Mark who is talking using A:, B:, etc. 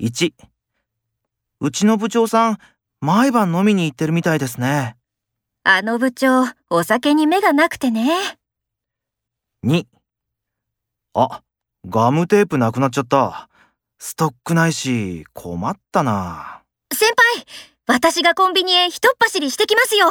A: 1うちの部長さん毎晩飲みに行ってるみたいですね
B: あの部長、お酒に目がなくてね。
A: 2あガムテープなくなっちゃったストックないし困ったな
B: 先輩、私がコンビニへひとっ走りしてきますよ。